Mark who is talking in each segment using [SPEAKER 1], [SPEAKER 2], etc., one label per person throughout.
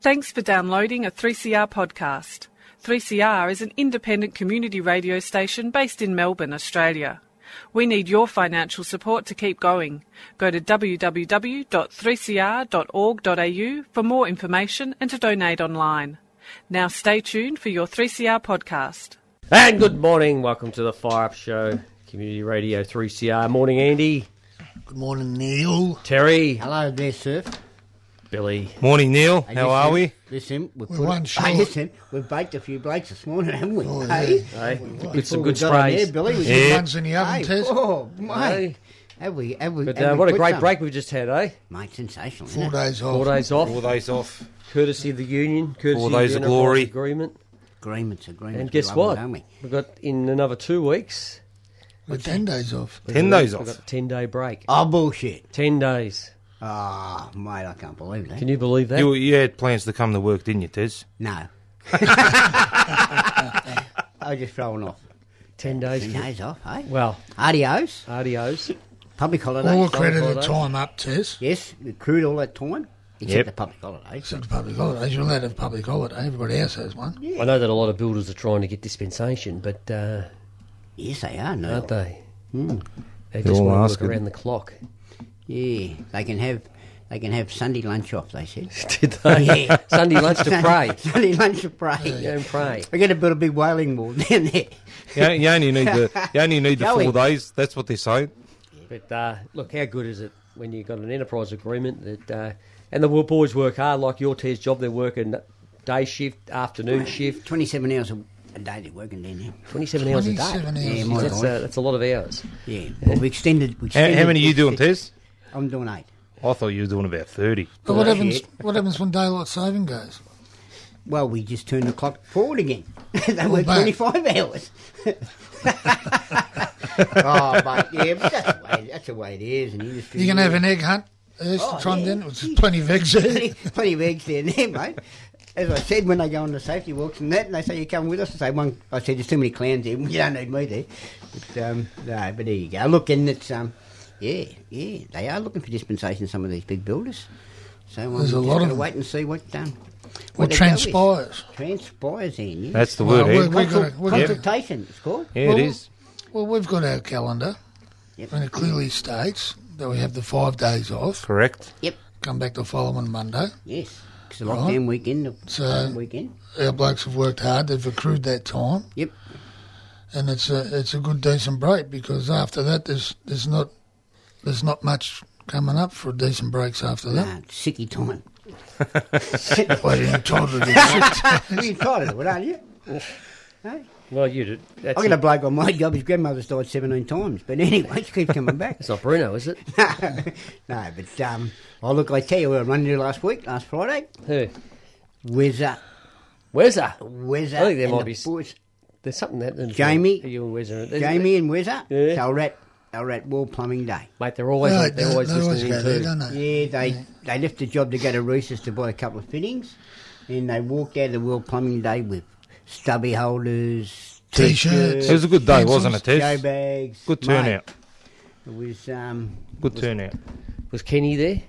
[SPEAKER 1] Thanks for downloading a 3CR podcast. 3CR is an independent community radio station based in Melbourne, Australia. We need your financial support to keep going. Go to www.3cr.org.au for more information and to donate online. Now stay tuned for your 3CR podcast.
[SPEAKER 2] And good morning. Welcome to the Fire Up Show, Community Radio 3CR. Morning, Andy,
[SPEAKER 3] Good morning, Neil.
[SPEAKER 2] Terry,
[SPEAKER 4] Hello there, Surf.
[SPEAKER 2] Billy.
[SPEAKER 5] Morning, Neil. How are
[SPEAKER 4] Listen,
[SPEAKER 5] we?
[SPEAKER 4] Listen, we've
[SPEAKER 3] We're
[SPEAKER 4] put
[SPEAKER 3] one
[SPEAKER 4] it-
[SPEAKER 3] short.
[SPEAKER 4] Hey, listen, we've baked a few blokes this morning, haven't we?
[SPEAKER 3] Oh,
[SPEAKER 4] hey?
[SPEAKER 3] yeah.
[SPEAKER 2] Hey, with
[SPEAKER 4] Before
[SPEAKER 2] some
[SPEAKER 4] we
[SPEAKER 2] good
[SPEAKER 4] got on
[SPEAKER 2] sprays.
[SPEAKER 4] There, Billy, we
[SPEAKER 5] Yeah.
[SPEAKER 4] did-
[SPEAKER 3] One's in the oven,
[SPEAKER 4] Hey,
[SPEAKER 3] Tez.
[SPEAKER 4] Oh, mate.
[SPEAKER 2] Hey.
[SPEAKER 4] Have we, have we,
[SPEAKER 2] But
[SPEAKER 4] have
[SPEAKER 2] uh,
[SPEAKER 4] we
[SPEAKER 2] what a
[SPEAKER 4] put
[SPEAKER 2] great
[SPEAKER 4] some?
[SPEAKER 2] break we just had, eh?
[SPEAKER 4] Mate, sensational,
[SPEAKER 3] Four
[SPEAKER 4] isn't it?
[SPEAKER 3] days off.
[SPEAKER 2] Four days off,
[SPEAKER 5] All days off.
[SPEAKER 2] courtesy of the union, courtesy
[SPEAKER 5] All days
[SPEAKER 2] of
[SPEAKER 5] of
[SPEAKER 2] the
[SPEAKER 5] glory.
[SPEAKER 2] enterprise agreement.
[SPEAKER 4] Agreements, agreements.
[SPEAKER 2] And
[SPEAKER 4] we
[SPEAKER 2] guess
[SPEAKER 4] love
[SPEAKER 2] what?
[SPEAKER 4] Them, don't we?
[SPEAKER 2] We've got in another two weeks.
[SPEAKER 3] We're ten days off.
[SPEAKER 5] Ten days
[SPEAKER 2] We've
[SPEAKER 5] off.
[SPEAKER 2] got a 10 day break.
[SPEAKER 4] Oh, bullshit.
[SPEAKER 2] Ten days.
[SPEAKER 4] Oh, mate, I can't believe that.
[SPEAKER 2] Can you believe that?
[SPEAKER 5] You, you had plans to come to work, didn't you, Tez?
[SPEAKER 4] No. I was just throwing off.
[SPEAKER 2] Ten days.
[SPEAKER 4] Ten days off, hey?
[SPEAKER 2] Well,
[SPEAKER 4] Adios,
[SPEAKER 2] adios.
[SPEAKER 4] public holidays.
[SPEAKER 3] All accredited
[SPEAKER 2] holidays.
[SPEAKER 3] time up, Tess.
[SPEAKER 4] Yes, we accrued all that time, except
[SPEAKER 5] Yep.
[SPEAKER 4] the public holidays.
[SPEAKER 3] Except public holidays. You're allowed to have public holiday. Everybody else has one.
[SPEAKER 2] I know that a lot of builders are trying to get dispensation, but uh,
[SPEAKER 4] Yes, they are, no.
[SPEAKER 2] aren't they?
[SPEAKER 4] Hmm.
[SPEAKER 2] They
[SPEAKER 5] They're
[SPEAKER 2] just
[SPEAKER 5] all
[SPEAKER 2] want to
[SPEAKER 5] asking.
[SPEAKER 2] work around the clock.
[SPEAKER 4] Yeah, they can have they can have Sunday lunch off. They said
[SPEAKER 2] Did they?
[SPEAKER 4] Yeah.
[SPEAKER 2] Sunday lunch to pray.
[SPEAKER 4] Sunday lunch to pray.
[SPEAKER 2] Go and pray.
[SPEAKER 4] We're going to build a big whaling wall down there.
[SPEAKER 5] You, you only need the you only need the
[SPEAKER 4] Joey.
[SPEAKER 5] four days. That's what they're saying.
[SPEAKER 2] But uh, look, how good is it when you've got an enterprise agreement that, uh, and the boys work hard, like your Tez job, they're working day shift, afternoon shift,
[SPEAKER 4] Twenty-seven hours a a day they're working down there.
[SPEAKER 2] 27, hours a day.
[SPEAKER 3] 27 hours.
[SPEAKER 4] Yeah,
[SPEAKER 2] Jeez,
[SPEAKER 4] my
[SPEAKER 2] that's,
[SPEAKER 4] God.
[SPEAKER 2] uh, that's a lot of hours.
[SPEAKER 4] Yeah, well, we extended. We
[SPEAKER 5] How,
[SPEAKER 4] extended
[SPEAKER 5] how many are you doing, Tez?
[SPEAKER 4] I'm doing eight.
[SPEAKER 5] I thought you were doing about thirty.
[SPEAKER 3] But what happens?
[SPEAKER 4] Bullshit.
[SPEAKER 3] What happens when daylight saving goes?
[SPEAKER 4] Well, we just turned the clock forward again.
[SPEAKER 5] Oh,
[SPEAKER 4] they work
[SPEAKER 3] back.
[SPEAKER 4] twenty-five hours. oh, mate, yeah, but that's the way, that's the way it is in industry.
[SPEAKER 3] You can
[SPEAKER 4] yeah.
[SPEAKER 3] have an egg hunt. There's
[SPEAKER 4] Oh,
[SPEAKER 3] the time
[SPEAKER 4] yeah.
[SPEAKER 3] then. It's just plenty of eggs there.
[SPEAKER 4] plenty, plenty of eggs down there, mate. As I said, when they go on the safety walks and that, and they say, you come with us, I say, one, I said, there's too many clowns here, you don't need me there. But, um, no, but there you go. Look, and it's, um, yeah, yeah, they are looking for dispensation, some of these big builders. So um,
[SPEAKER 3] There's a
[SPEAKER 4] we're just
[SPEAKER 3] lot of
[SPEAKER 4] gonna
[SPEAKER 3] them.
[SPEAKER 4] wait and see what, um,
[SPEAKER 3] What
[SPEAKER 4] they go with.
[SPEAKER 3] transpires.
[SPEAKER 4] Transpires in, yeah.
[SPEAKER 5] That's the
[SPEAKER 3] Well,
[SPEAKER 5] word. eh?
[SPEAKER 3] we're- we're-
[SPEAKER 4] Consul-
[SPEAKER 3] gotta- we gotta-
[SPEAKER 4] consultation, it's called.
[SPEAKER 5] yeah,
[SPEAKER 3] well,
[SPEAKER 5] it is.
[SPEAKER 3] Well, we've got our calendar,
[SPEAKER 4] Yep.
[SPEAKER 3] and it clearly states that we have the five days off.
[SPEAKER 5] Correct.
[SPEAKER 4] Yep,
[SPEAKER 3] Come back the following Monday.
[SPEAKER 4] yes. It's a
[SPEAKER 3] Right.
[SPEAKER 4] lockdown weekend, the
[SPEAKER 3] So-
[SPEAKER 4] lockdown weekend.
[SPEAKER 3] Our blokes have worked hard. They've accrued that time.
[SPEAKER 4] Yep,
[SPEAKER 3] and it's a it's a good decent break because after that there's there's not there's not much coming up for decent breaks after
[SPEAKER 4] nah,
[SPEAKER 3] that.
[SPEAKER 4] it's Uh, sicky time.
[SPEAKER 3] Well, you're entitled to get sick.
[SPEAKER 4] You're entitled to it, aren't you? Hey?
[SPEAKER 2] Well, you did. That's
[SPEAKER 4] I got a bloke on my job. His grandmother's died seventeen times, but anyway, she keeps coming back.
[SPEAKER 2] It's not Bruno, is it?
[SPEAKER 4] no, but um, oh look, I tell you, where I'm running to last week, last Friday.
[SPEAKER 2] Who?
[SPEAKER 4] Wezza,
[SPEAKER 2] Where's that?
[SPEAKER 4] Wezza,
[SPEAKER 2] I think there
[SPEAKER 4] and
[SPEAKER 2] might
[SPEAKER 4] the
[SPEAKER 2] be s-
[SPEAKER 4] boys,
[SPEAKER 2] There's something that.
[SPEAKER 4] Jamie.
[SPEAKER 2] You and Wes are.
[SPEAKER 4] Jamie and Wezza.
[SPEAKER 2] Yeah.
[SPEAKER 4] So we're at, they were at Wall Plumbing Day.
[SPEAKER 2] Mate, they're always,
[SPEAKER 3] Oh, No,
[SPEAKER 2] they're always
[SPEAKER 3] they always
[SPEAKER 2] listening
[SPEAKER 3] go
[SPEAKER 2] to.
[SPEAKER 3] there, don't they?
[SPEAKER 4] Yeah, they they left the job to go to Reese's to buy a couple of fittings, and they walked out of the World Plumbing Day with stubby holders,
[SPEAKER 3] T-shirts.
[SPEAKER 5] It was a good day, wasn't it,
[SPEAKER 4] go
[SPEAKER 5] Tez?
[SPEAKER 4] bags.
[SPEAKER 5] Good
[SPEAKER 4] Mate,
[SPEAKER 5] turnout.
[SPEAKER 4] It was um,
[SPEAKER 5] Good turnout.
[SPEAKER 2] Was Kenny there?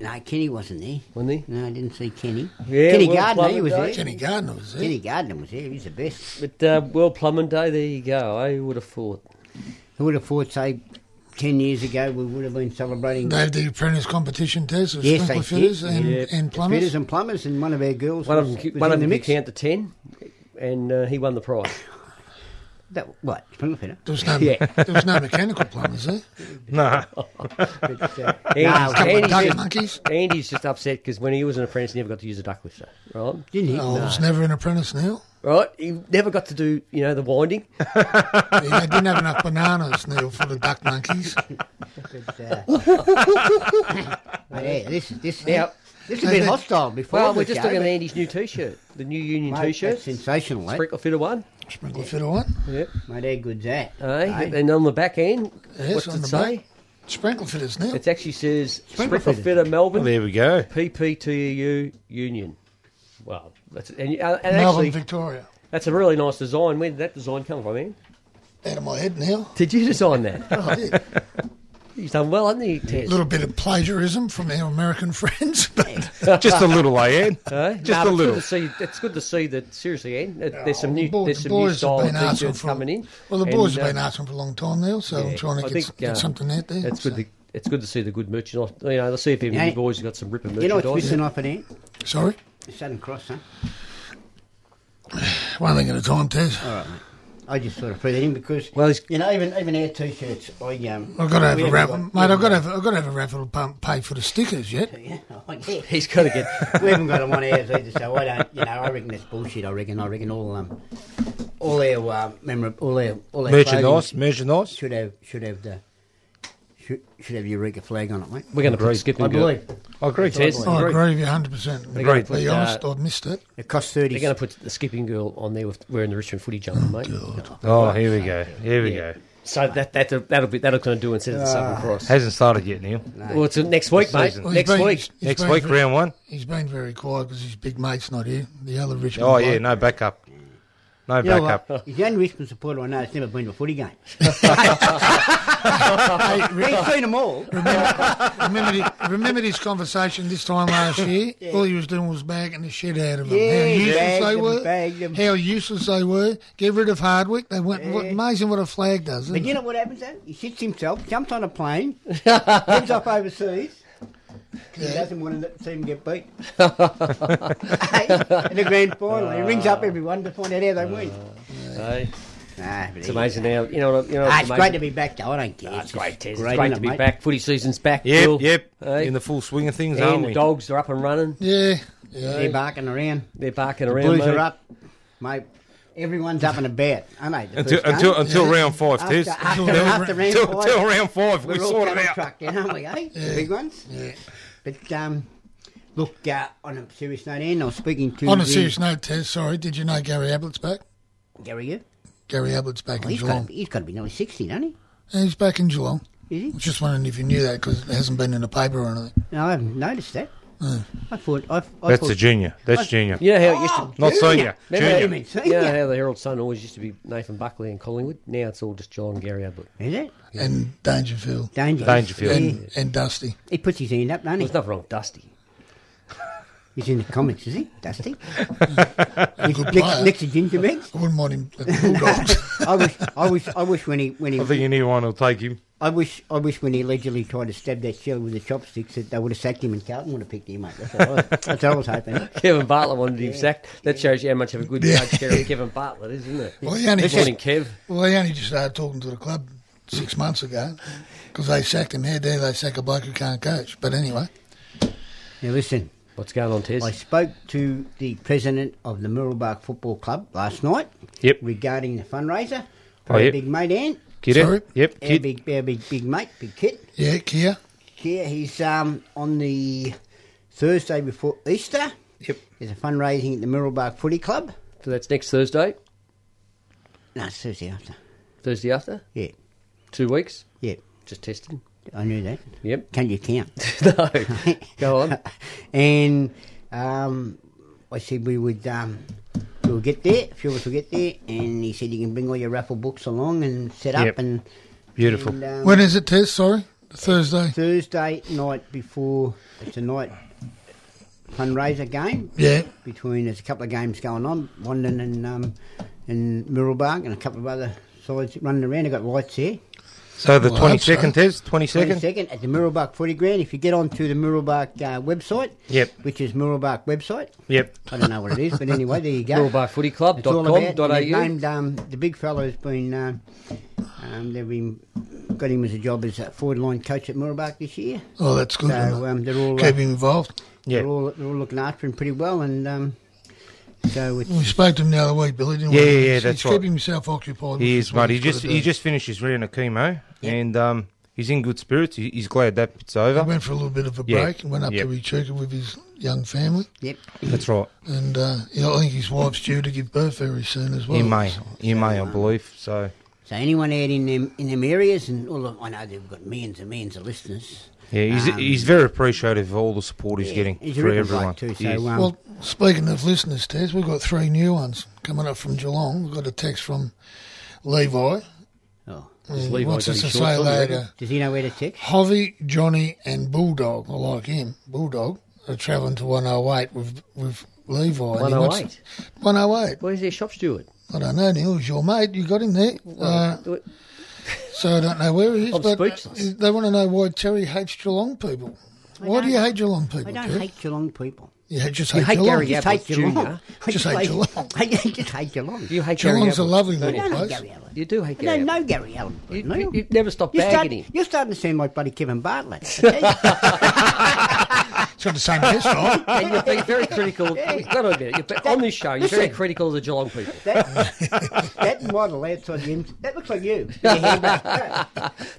[SPEAKER 4] no, Kenny wasn't there.
[SPEAKER 2] Wasn't he?
[SPEAKER 4] No, I didn't see Kenny.
[SPEAKER 2] Yeah,
[SPEAKER 4] Kenny
[SPEAKER 2] World
[SPEAKER 4] Gardner, he
[SPEAKER 2] Plumbing
[SPEAKER 4] was
[SPEAKER 2] Day.
[SPEAKER 4] there.
[SPEAKER 3] Kenny Gardner was there.
[SPEAKER 4] Kenny Gardner was there. He's the best.
[SPEAKER 2] But uh, World Plumbing Day, there you go. I would have thought.
[SPEAKER 4] Who would have thought, say, 10 years ago, we would have been celebrating.
[SPEAKER 3] They had the apprentice competition test of
[SPEAKER 4] Yes, they
[SPEAKER 3] sprinkler fitters
[SPEAKER 4] did.
[SPEAKER 3] and,
[SPEAKER 2] Yeah.
[SPEAKER 3] and
[SPEAKER 4] Fitters
[SPEAKER 3] plumbers.
[SPEAKER 4] and plumbers, and one of our girls
[SPEAKER 2] One of
[SPEAKER 4] was,
[SPEAKER 2] them,
[SPEAKER 4] was
[SPEAKER 2] one
[SPEAKER 4] in
[SPEAKER 2] of
[SPEAKER 4] the
[SPEAKER 2] them could
[SPEAKER 4] mix.
[SPEAKER 2] count to ten, and uh, he won the prize.
[SPEAKER 4] That, what? Sprinkler fitter?
[SPEAKER 3] There was no
[SPEAKER 2] Yeah.
[SPEAKER 3] there was no mechanical plumbers there.
[SPEAKER 5] No,
[SPEAKER 4] But, uh,
[SPEAKER 2] Andy's,
[SPEAKER 3] Couple
[SPEAKER 4] no,
[SPEAKER 3] of
[SPEAKER 2] Andy's,
[SPEAKER 3] duck
[SPEAKER 2] just,
[SPEAKER 3] monkeys.
[SPEAKER 2] Andy's just upset because when he was an apprentice, he never got to use a duck lifter. Right,
[SPEAKER 4] didn't he?
[SPEAKER 3] Oh, I
[SPEAKER 4] No.
[SPEAKER 3] was never an apprentice, Neil.
[SPEAKER 2] right. He never got to do you know the winding.
[SPEAKER 3] Yeah, They didn't have enough bananas, Neil, for the duck monkeys.
[SPEAKER 4] But, uh, but, yeah, this is this,
[SPEAKER 2] Now-
[SPEAKER 4] this has been
[SPEAKER 3] Now,
[SPEAKER 4] hostile before.
[SPEAKER 2] Well, we're
[SPEAKER 4] the
[SPEAKER 2] just
[SPEAKER 4] show,
[SPEAKER 2] looking at
[SPEAKER 4] but-
[SPEAKER 2] Andy's new T-shirt, the new union
[SPEAKER 4] Mate,
[SPEAKER 2] T-shirt,
[SPEAKER 4] that's sensational, mate.
[SPEAKER 2] sprinkler fitter one.
[SPEAKER 3] Sprinkler fitter one.
[SPEAKER 2] Yep.
[SPEAKER 4] Mate, how good's that?
[SPEAKER 2] Aye.
[SPEAKER 4] Aye.
[SPEAKER 2] And on the back end,
[SPEAKER 3] Yes,
[SPEAKER 2] what's
[SPEAKER 3] on
[SPEAKER 2] it
[SPEAKER 3] the
[SPEAKER 2] say?
[SPEAKER 3] back. Sprinkler fitters, Neil.
[SPEAKER 2] It actually says
[SPEAKER 4] Sprinkler
[SPEAKER 2] sprinkler,
[SPEAKER 4] fitter.
[SPEAKER 2] fitter Melbourne
[SPEAKER 5] Well, there we go.
[SPEAKER 2] PPTU E Union. Wow, that's and, uh, and
[SPEAKER 3] Melbourne,
[SPEAKER 2] actually
[SPEAKER 3] Victoria.
[SPEAKER 2] that's a really nice design. Where did that design come from, man?
[SPEAKER 3] Out of my head, Neil.
[SPEAKER 2] Did you design that?
[SPEAKER 3] I did.
[SPEAKER 2] He's done well, hasn't he, Tez?
[SPEAKER 3] A Oh, little bit of plagiarism from our American friends, but
[SPEAKER 5] Just a little, eh, Ed?
[SPEAKER 2] Eh?
[SPEAKER 5] Just
[SPEAKER 2] No,
[SPEAKER 5] a
[SPEAKER 2] but
[SPEAKER 5] little.
[SPEAKER 2] It's good to see. It's good to see that. Seriously, Anne, that there's some new
[SPEAKER 3] Well,
[SPEAKER 2] there's some new style of
[SPEAKER 3] asking
[SPEAKER 2] t-shirts
[SPEAKER 3] for-
[SPEAKER 2] coming in.
[SPEAKER 3] Well, the boys
[SPEAKER 2] And,
[SPEAKER 3] have been
[SPEAKER 2] uh,
[SPEAKER 3] asking for a long time now, so I'm
[SPEAKER 2] yeah,
[SPEAKER 3] trying to
[SPEAKER 2] I
[SPEAKER 3] get,
[SPEAKER 2] think,
[SPEAKER 3] s- get
[SPEAKER 2] uh,
[SPEAKER 3] something out there.
[SPEAKER 2] It's
[SPEAKER 3] so-
[SPEAKER 2] good. To, it's good to see the good merchandise. You know, let's see if even
[SPEAKER 4] Yeah.
[SPEAKER 2] you boys have got some ripping
[SPEAKER 4] You know
[SPEAKER 2] merchandise.
[SPEAKER 4] what's missing off it, Ant?
[SPEAKER 3] Sorry,
[SPEAKER 4] Southern Cross, huh?
[SPEAKER 3] one thing at a time, Tez.
[SPEAKER 4] All right, mate. I just sort of put it in because
[SPEAKER 2] Well, he's-
[SPEAKER 4] you know even even our t-shirts. I um,
[SPEAKER 3] I've got to have
[SPEAKER 4] we
[SPEAKER 3] a
[SPEAKER 4] haven't
[SPEAKER 3] raffle,
[SPEAKER 4] got-
[SPEAKER 3] mate. I've got to have, I've got to have a raffle to pump, pay for the stickers yet.
[SPEAKER 4] Yeah, oh, yeah.
[SPEAKER 2] He's got to get.
[SPEAKER 4] we haven't got them on ours either, so I don't. You know, I reckon that's bullshit. I reckon. I reckon all um, all our um, memorab- all our all our
[SPEAKER 5] Merchandise,
[SPEAKER 4] clothing
[SPEAKER 5] merchandise.
[SPEAKER 4] should have should have the should, should have Eureka flag on it, mate.
[SPEAKER 2] We're going to put Skip
[SPEAKER 4] I
[SPEAKER 2] and Gurk-
[SPEAKER 4] believe
[SPEAKER 5] I agree,
[SPEAKER 2] Tez.
[SPEAKER 5] Tez.
[SPEAKER 3] I
[SPEAKER 2] Agreed.
[SPEAKER 3] agree with you 100. percent
[SPEAKER 2] Agreed.
[SPEAKER 3] Be
[SPEAKER 2] Uh,
[SPEAKER 3] honest, I've missed it.
[SPEAKER 4] it costs thirty.
[SPEAKER 2] They're going to put the skipping girl on there with wearing the rich and footy jumper, mate.
[SPEAKER 5] Oh, here we go. Here we
[SPEAKER 2] Yeah.
[SPEAKER 5] go.
[SPEAKER 2] So that that that'll be that'll kind of do instead of the
[SPEAKER 4] Ah.
[SPEAKER 2] Southern Cross.
[SPEAKER 5] Hasn't started yet, Neil.
[SPEAKER 2] Well, it's next week,
[SPEAKER 5] This
[SPEAKER 2] mate.
[SPEAKER 5] season.
[SPEAKER 3] Well, he's
[SPEAKER 2] Next
[SPEAKER 3] been-
[SPEAKER 2] week.
[SPEAKER 3] he's
[SPEAKER 5] Next
[SPEAKER 3] been
[SPEAKER 5] week,
[SPEAKER 3] very-
[SPEAKER 5] round one.
[SPEAKER 3] He's been very quiet because his big mate's not here. The other Richmond.
[SPEAKER 5] Oh,
[SPEAKER 3] bloke.
[SPEAKER 5] yeah, no backup. No
[SPEAKER 4] You know
[SPEAKER 5] backup.
[SPEAKER 4] what? He's the only Richmond supporter I know that's never been to a footy game. He's seen them all.
[SPEAKER 3] remember, the- remember this conversation this time last year? All he was doing was bagging the shit out of them.
[SPEAKER 4] Yeah,
[SPEAKER 3] how
[SPEAKER 4] he
[SPEAKER 3] useless
[SPEAKER 4] bagged
[SPEAKER 3] they
[SPEAKER 4] them,
[SPEAKER 3] were.
[SPEAKER 4] bagged them.
[SPEAKER 3] How useless they were. Get rid of Hardwick. They went. What,
[SPEAKER 4] Yeah.
[SPEAKER 3] amazing what a flag does. Isn't
[SPEAKER 4] But you
[SPEAKER 3] it?
[SPEAKER 4] know what happens then? He shits himself, jumps on a plane, heads off overseas. 'cause He doesn't want to see him get beat. In the grand final, he rings up everyone to find out how they win.
[SPEAKER 2] Hey,
[SPEAKER 4] Nah,
[SPEAKER 2] Uh, it's amazing now. You know what? You know
[SPEAKER 4] Ah,
[SPEAKER 2] what's
[SPEAKER 4] it's
[SPEAKER 2] amazing?
[SPEAKER 4] great to be back, though. I don't care.
[SPEAKER 2] Ah, it's great, Tez. It's
[SPEAKER 4] great,
[SPEAKER 2] great, to
[SPEAKER 4] isn't it,
[SPEAKER 2] be
[SPEAKER 4] mate?
[SPEAKER 2] back. Footy season's back.
[SPEAKER 5] Yep,
[SPEAKER 2] Bill.
[SPEAKER 5] yep.
[SPEAKER 3] eh?
[SPEAKER 2] Hey.
[SPEAKER 5] In the full swing of things,
[SPEAKER 2] and
[SPEAKER 5] aren't
[SPEAKER 2] the
[SPEAKER 5] we?
[SPEAKER 2] dogs are up and running.
[SPEAKER 3] Yeah. Yeah.
[SPEAKER 4] They're barking around.
[SPEAKER 2] They're barking
[SPEAKER 4] The
[SPEAKER 2] around.
[SPEAKER 4] Blues
[SPEAKER 2] mate.
[SPEAKER 4] are up, mate. Everyone's up and about, aren't they? the
[SPEAKER 5] Until
[SPEAKER 4] first game?
[SPEAKER 5] until, until round five,
[SPEAKER 4] after,
[SPEAKER 5] Tez.
[SPEAKER 4] after,
[SPEAKER 3] Until-
[SPEAKER 4] after round
[SPEAKER 5] Till,
[SPEAKER 4] five,
[SPEAKER 5] till round five,
[SPEAKER 4] we're
[SPEAKER 5] we
[SPEAKER 4] all
[SPEAKER 5] sorted
[SPEAKER 4] cattle
[SPEAKER 5] out.
[SPEAKER 4] trucked down, aren't we? Eh? The big ones.
[SPEAKER 3] Yeah.
[SPEAKER 4] But um, look, uh, on a serious note, Ian, I was speaking to
[SPEAKER 3] On a
[SPEAKER 4] the-
[SPEAKER 3] serious note, Tez, sorry, did you know Gary Ablett's back?
[SPEAKER 4] Gary. You?
[SPEAKER 3] Gary Ablett's back
[SPEAKER 4] Oh,
[SPEAKER 3] in
[SPEAKER 4] he's got to
[SPEAKER 3] Geelong.
[SPEAKER 4] be, he's got to be nearly sixty, don't he?
[SPEAKER 3] Yeah, he's back in Geelong. I
[SPEAKER 4] Is
[SPEAKER 3] was just wondering if you knew that because it hasn't been in the paper or anything.
[SPEAKER 4] he? No, I haven't noticed that. I thought I, I
[SPEAKER 5] That's
[SPEAKER 4] thought,
[SPEAKER 5] a junior. That's
[SPEAKER 4] I-
[SPEAKER 5] junior.
[SPEAKER 2] You know how it used
[SPEAKER 3] Oh,
[SPEAKER 4] Oh,
[SPEAKER 2] to.
[SPEAKER 5] Not senior.
[SPEAKER 2] Remember how-
[SPEAKER 4] What do you
[SPEAKER 5] Junior.
[SPEAKER 4] mean, senior?
[SPEAKER 2] You know how the Herald Sun always used to be Nathan Buckley and Collingwood. Now it's all just John and Gary Ablett.
[SPEAKER 4] Is it
[SPEAKER 3] And Dangerfield.
[SPEAKER 4] dangerous?
[SPEAKER 5] Dangerfield.
[SPEAKER 4] Yeah.
[SPEAKER 3] And, and Dusty.
[SPEAKER 4] He puts his hand up, do not he?
[SPEAKER 2] There's nothing wrong with Dusty.
[SPEAKER 4] He's in the comics, is he? Dusty.
[SPEAKER 3] Good
[SPEAKER 4] next,
[SPEAKER 3] player.
[SPEAKER 4] next to Ginger Megs.
[SPEAKER 3] I wouldn't want him at the Bulldogs.
[SPEAKER 4] I wish, I wish, I wish when he, when he,
[SPEAKER 5] I think anyone will take him.
[SPEAKER 4] I wish, I wish when he allegedly tried to stab that shell with the chopsticks that they would have sacked him and Carlton would have picked him up. That's what I was, that's what I was hoping.
[SPEAKER 2] Kevin Bartlett wanted him sacked. That shows you how much of a good judge Gary Kevin Bartlett is, isn't it?
[SPEAKER 3] Well, he only
[SPEAKER 2] Good
[SPEAKER 3] just-
[SPEAKER 2] morning, Kev.
[SPEAKER 3] well, he only just started talking to the club six months ago because they sacked him. How dare they sack a bloke who can't coach? But anyway,
[SPEAKER 4] Now listen,
[SPEAKER 2] What's going on, Tez?
[SPEAKER 4] I spoke to the president of the Muralbark Football Club last night.
[SPEAKER 5] Yep.
[SPEAKER 4] Regarding the fundraiser for
[SPEAKER 5] Oh,
[SPEAKER 4] our
[SPEAKER 5] yep.
[SPEAKER 4] big mate Ant,
[SPEAKER 5] Kid
[SPEAKER 3] Sorry?
[SPEAKER 5] it? Yep.
[SPEAKER 4] our
[SPEAKER 5] Kid.
[SPEAKER 4] big, our big, big mate, big kit.
[SPEAKER 3] yeah, Kia.
[SPEAKER 4] Yeah, he's um, on the Thursday before Easter.
[SPEAKER 5] Yep.
[SPEAKER 4] There's a fundraising at the Muralbark Footy Club.
[SPEAKER 2] So that's next Thursday,
[SPEAKER 4] No, it's Thursday after.
[SPEAKER 2] Thursday after,
[SPEAKER 4] Yeah,
[SPEAKER 2] two weeks.
[SPEAKER 4] yeah.
[SPEAKER 2] Just testing.
[SPEAKER 4] I knew that.
[SPEAKER 2] Yep.
[SPEAKER 4] Can you count?
[SPEAKER 2] no. Go on.
[SPEAKER 4] and um, I said we would um, we'll get there. A few of us will get there. And he said you can bring all your raffle books along and set up
[SPEAKER 5] Yep.
[SPEAKER 4] and
[SPEAKER 5] Beautiful.
[SPEAKER 4] and, um,
[SPEAKER 3] When is it, Tess? Sorry? Thursday.
[SPEAKER 4] Thursday night before it's a night fundraiser game.
[SPEAKER 3] Yeah.
[SPEAKER 4] Between there's a couple of games going on, London and um, and Mirrelbark and a couple of other sides running around. I got lights here.
[SPEAKER 5] So the
[SPEAKER 3] Well,
[SPEAKER 5] twenty
[SPEAKER 3] that's
[SPEAKER 5] second, Tez. Twenty
[SPEAKER 4] Second.
[SPEAKER 5] second.
[SPEAKER 4] at the Mirrelbark Footy Ground. If you get onto the Mirrelbark uh, website,
[SPEAKER 5] Yep.
[SPEAKER 4] which is Mirrelbark website,
[SPEAKER 5] Yep.
[SPEAKER 4] I don't know what it is, but anyway, there you go. It's all about- and they've
[SPEAKER 2] Millbarfootyclub.com.au.
[SPEAKER 4] named um, the big fellow's been um, um, they've been got him as a job as a forward line coach at Moorabark this year.
[SPEAKER 3] Oh, that's good.
[SPEAKER 4] So um, they're all uh,
[SPEAKER 3] Keep him involved.
[SPEAKER 5] Yeah.
[SPEAKER 4] they're all they're all looking after him pretty well, and um, so it's
[SPEAKER 3] We spoke to him the other week, Billy, didn't we?
[SPEAKER 5] Yeah, yeah, yeah,
[SPEAKER 3] He's-
[SPEAKER 5] that's
[SPEAKER 3] He's
[SPEAKER 5] right.
[SPEAKER 3] keeping himself occupied.
[SPEAKER 5] He
[SPEAKER 3] which
[SPEAKER 5] is,
[SPEAKER 3] what
[SPEAKER 5] mate. He
[SPEAKER 3] he's gotta
[SPEAKER 5] just
[SPEAKER 3] do.
[SPEAKER 5] he just finished his round of chemo, and um, he's in good spirits. He, he's glad that it's
[SPEAKER 3] He
[SPEAKER 5] over.
[SPEAKER 3] went for a little bit of a
[SPEAKER 5] Yeah.
[SPEAKER 3] break and went up
[SPEAKER 5] Yep.
[SPEAKER 3] to Echuca with his young family.
[SPEAKER 4] yep.
[SPEAKER 5] That's right.
[SPEAKER 3] And uh, yeah, I think his wife's due to give birth very soon as well.
[SPEAKER 5] In May, in May,
[SPEAKER 3] um,
[SPEAKER 5] I believe. So
[SPEAKER 4] So anyone out in them in them areas, and all of, I know they've got millions and millions of listeners.
[SPEAKER 5] yeah, he's
[SPEAKER 4] Um,
[SPEAKER 5] he's very appreciative of all the support he's
[SPEAKER 4] yeah,
[SPEAKER 5] getting
[SPEAKER 4] he's a
[SPEAKER 5] through
[SPEAKER 4] ripping bloke
[SPEAKER 5] everyone.
[SPEAKER 4] too,
[SPEAKER 5] He
[SPEAKER 4] so,
[SPEAKER 5] is.
[SPEAKER 4] um,
[SPEAKER 3] Well, speaking of listeners, Tess, we've got three new ones coming up from Geelong. We've got a text from Levi
[SPEAKER 4] Oh,
[SPEAKER 2] Just
[SPEAKER 3] He
[SPEAKER 2] leave
[SPEAKER 3] wants
[SPEAKER 2] like got
[SPEAKER 3] us to
[SPEAKER 2] his
[SPEAKER 3] say
[SPEAKER 2] shorts on, you reckon?
[SPEAKER 3] later.
[SPEAKER 4] Does he know where to tick?
[SPEAKER 3] Hovey, Johnny, and Bulldog, I like him. Bulldog are travelling to 108 with with Levi. and he wants-
[SPEAKER 2] 108?
[SPEAKER 3] 108.
[SPEAKER 2] Where's their shop steward?
[SPEAKER 3] I don't know. Neil was your mate. You got him there. Uh, so I don't know where he is.
[SPEAKER 2] I'm
[SPEAKER 3] but
[SPEAKER 2] speechless.
[SPEAKER 3] They want to know why Terry hates Geelong people. Why do
[SPEAKER 4] don't-
[SPEAKER 3] you hate Geelong people?
[SPEAKER 4] I don't
[SPEAKER 3] Terry?
[SPEAKER 4] hate Geelong people.
[SPEAKER 3] You hate- just
[SPEAKER 2] You
[SPEAKER 3] hate,
[SPEAKER 2] hate
[SPEAKER 3] Geelong.
[SPEAKER 2] Gary
[SPEAKER 4] Just
[SPEAKER 2] Ablett
[SPEAKER 4] hate Geelong.
[SPEAKER 2] Jr.
[SPEAKER 4] I
[SPEAKER 3] Just hate Geelong.
[SPEAKER 4] I just hate Geelong.
[SPEAKER 2] you hate Gary
[SPEAKER 3] Geelong's a
[SPEAKER 2] Ablett,
[SPEAKER 3] lovely
[SPEAKER 2] don't
[SPEAKER 3] little
[SPEAKER 2] you?
[SPEAKER 4] I don't
[SPEAKER 3] place.
[SPEAKER 4] know Gary Allen.
[SPEAKER 2] You do hate
[SPEAKER 4] I
[SPEAKER 2] Gary
[SPEAKER 4] don't
[SPEAKER 2] Ablett.
[SPEAKER 4] know Gary Allen.
[SPEAKER 2] You-
[SPEAKER 4] Neil.
[SPEAKER 2] you- you never stop
[SPEAKER 4] You're
[SPEAKER 2] bagging
[SPEAKER 4] starting-
[SPEAKER 2] him.
[SPEAKER 4] You're starting to sound like buddy Kevin Bartlett. I
[SPEAKER 3] It's got the same hairstyle.
[SPEAKER 2] And you've been very critical. No, no, no, you've been- on this show, you're very critical of the Geelong people.
[SPEAKER 4] tell you. that, that model outside the in- that looks like you. With your hair back.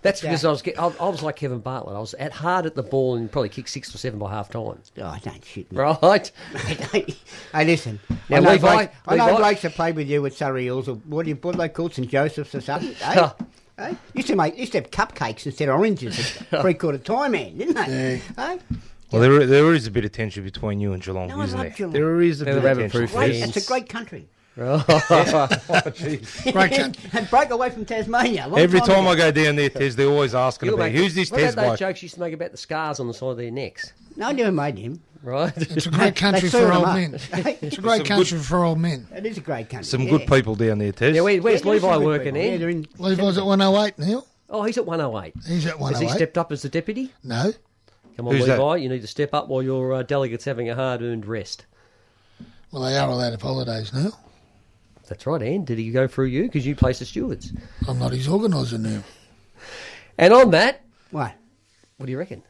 [SPEAKER 2] That's because I was get, I, I was like Kevin Bartlett. I was at hard at the ball and probably kicked six or seven by half time.
[SPEAKER 4] oh, don't shoot me.
[SPEAKER 2] Right?
[SPEAKER 4] hey, listen.
[SPEAKER 2] Now,
[SPEAKER 4] I know,
[SPEAKER 2] Levi-
[SPEAKER 4] blokes, I know
[SPEAKER 2] Levi-
[SPEAKER 4] blokes that played with you with Surrey Hills or what do you what do they call St Joseph's or something? eh? Eh? Used to make used to have cupcakes instead of oranges at three quarter time, man, didn't they? Eh?
[SPEAKER 5] Well, there, there is a bit of tension between you and Geelong,
[SPEAKER 4] No, I
[SPEAKER 5] isn't
[SPEAKER 4] love
[SPEAKER 5] there?
[SPEAKER 4] Geelong.
[SPEAKER 5] There is a
[SPEAKER 2] They're
[SPEAKER 5] bit
[SPEAKER 2] the
[SPEAKER 5] of
[SPEAKER 2] rabbit
[SPEAKER 5] tension.
[SPEAKER 2] proof
[SPEAKER 4] Great,
[SPEAKER 2] Friends.
[SPEAKER 4] it's a great country.
[SPEAKER 3] Great cunt.
[SPEAKER 4] and broke away from Tasmania. Long
[SPEAKER 5] Every time
[SPEAKER 4] ago.
[SPEAKER 5] I go down there, Tez, they're always asking
[SPEAKER 2] You'll
[SPEAKER 5] about
[SPEAKER 2] make-
[SPEAKER 5] who's this
[SPEAKER 2] what
[SPEAKER 5] Tez
[SPEAKER 2] about those
[SPEAKER 5] bloke.
[SPEAKER 2] jokes you used to make about the scars on the side of their necks?
[SPEAKER 4] No, I never made him.
[SPEAKER 2] Right?
[SPEAKER 3] It's a great country
[SPEAKER 4] sewn
[SPEAKER 3] for
[SPEAKER 4] him
[SPEAKER 3] old
[SPEAKER 4] up.
[SPEAKER 3] men. It's a
[SPEAKER 5] Some
[SPEAKER 3] great
[SPEAKER 5] good-
[SPEAKER 3] country for old men.
[SPEAKER 4] It is a great country.
[SPEAKER 5] Some
[SPEAKER 4] yeah.
[SPEAKER 5] good people down there, Tez.
[SPEAKER 2] yeah, where, where's
[SPEAKER 4] Yeah, there's
[SPEAKER 2] Levi
[SPEAKER 4] some good
[SPEAKER 2] working
[SPEAKER 4] people. Yeah,
[SPEAKER 2] in?
[SPEAKER 4] they're in.
[SPEAKER 3] Levi's at 108 now.
[SPEAKER 2] Oh, he's at 108.
[SPEAKER 3] He's at
[SPEAKER 2] Has
[SPEAKER 3] 108.
[SPEAKER 2] he stepped up as the deputy?
[SPEAKER 3] No.
[SPEAKER 2] Come on,
[SPEAKER 5] Who's that?
[SPEAKER 2] Levi, you need to step up while your uh, delegate's having a hard earned rest.
[SPEAKER 3] Well, they are allowed of holidays now.
[SPEAKER 2] That's right, Anne. Did he go through you? Because you placed the stewards.
[SPEAKER 3] I'm not his organiser now.
[SPEAKER 2] And on that,
[SPEAKER 4] What?
[SPEAKER 2] what do you reckon?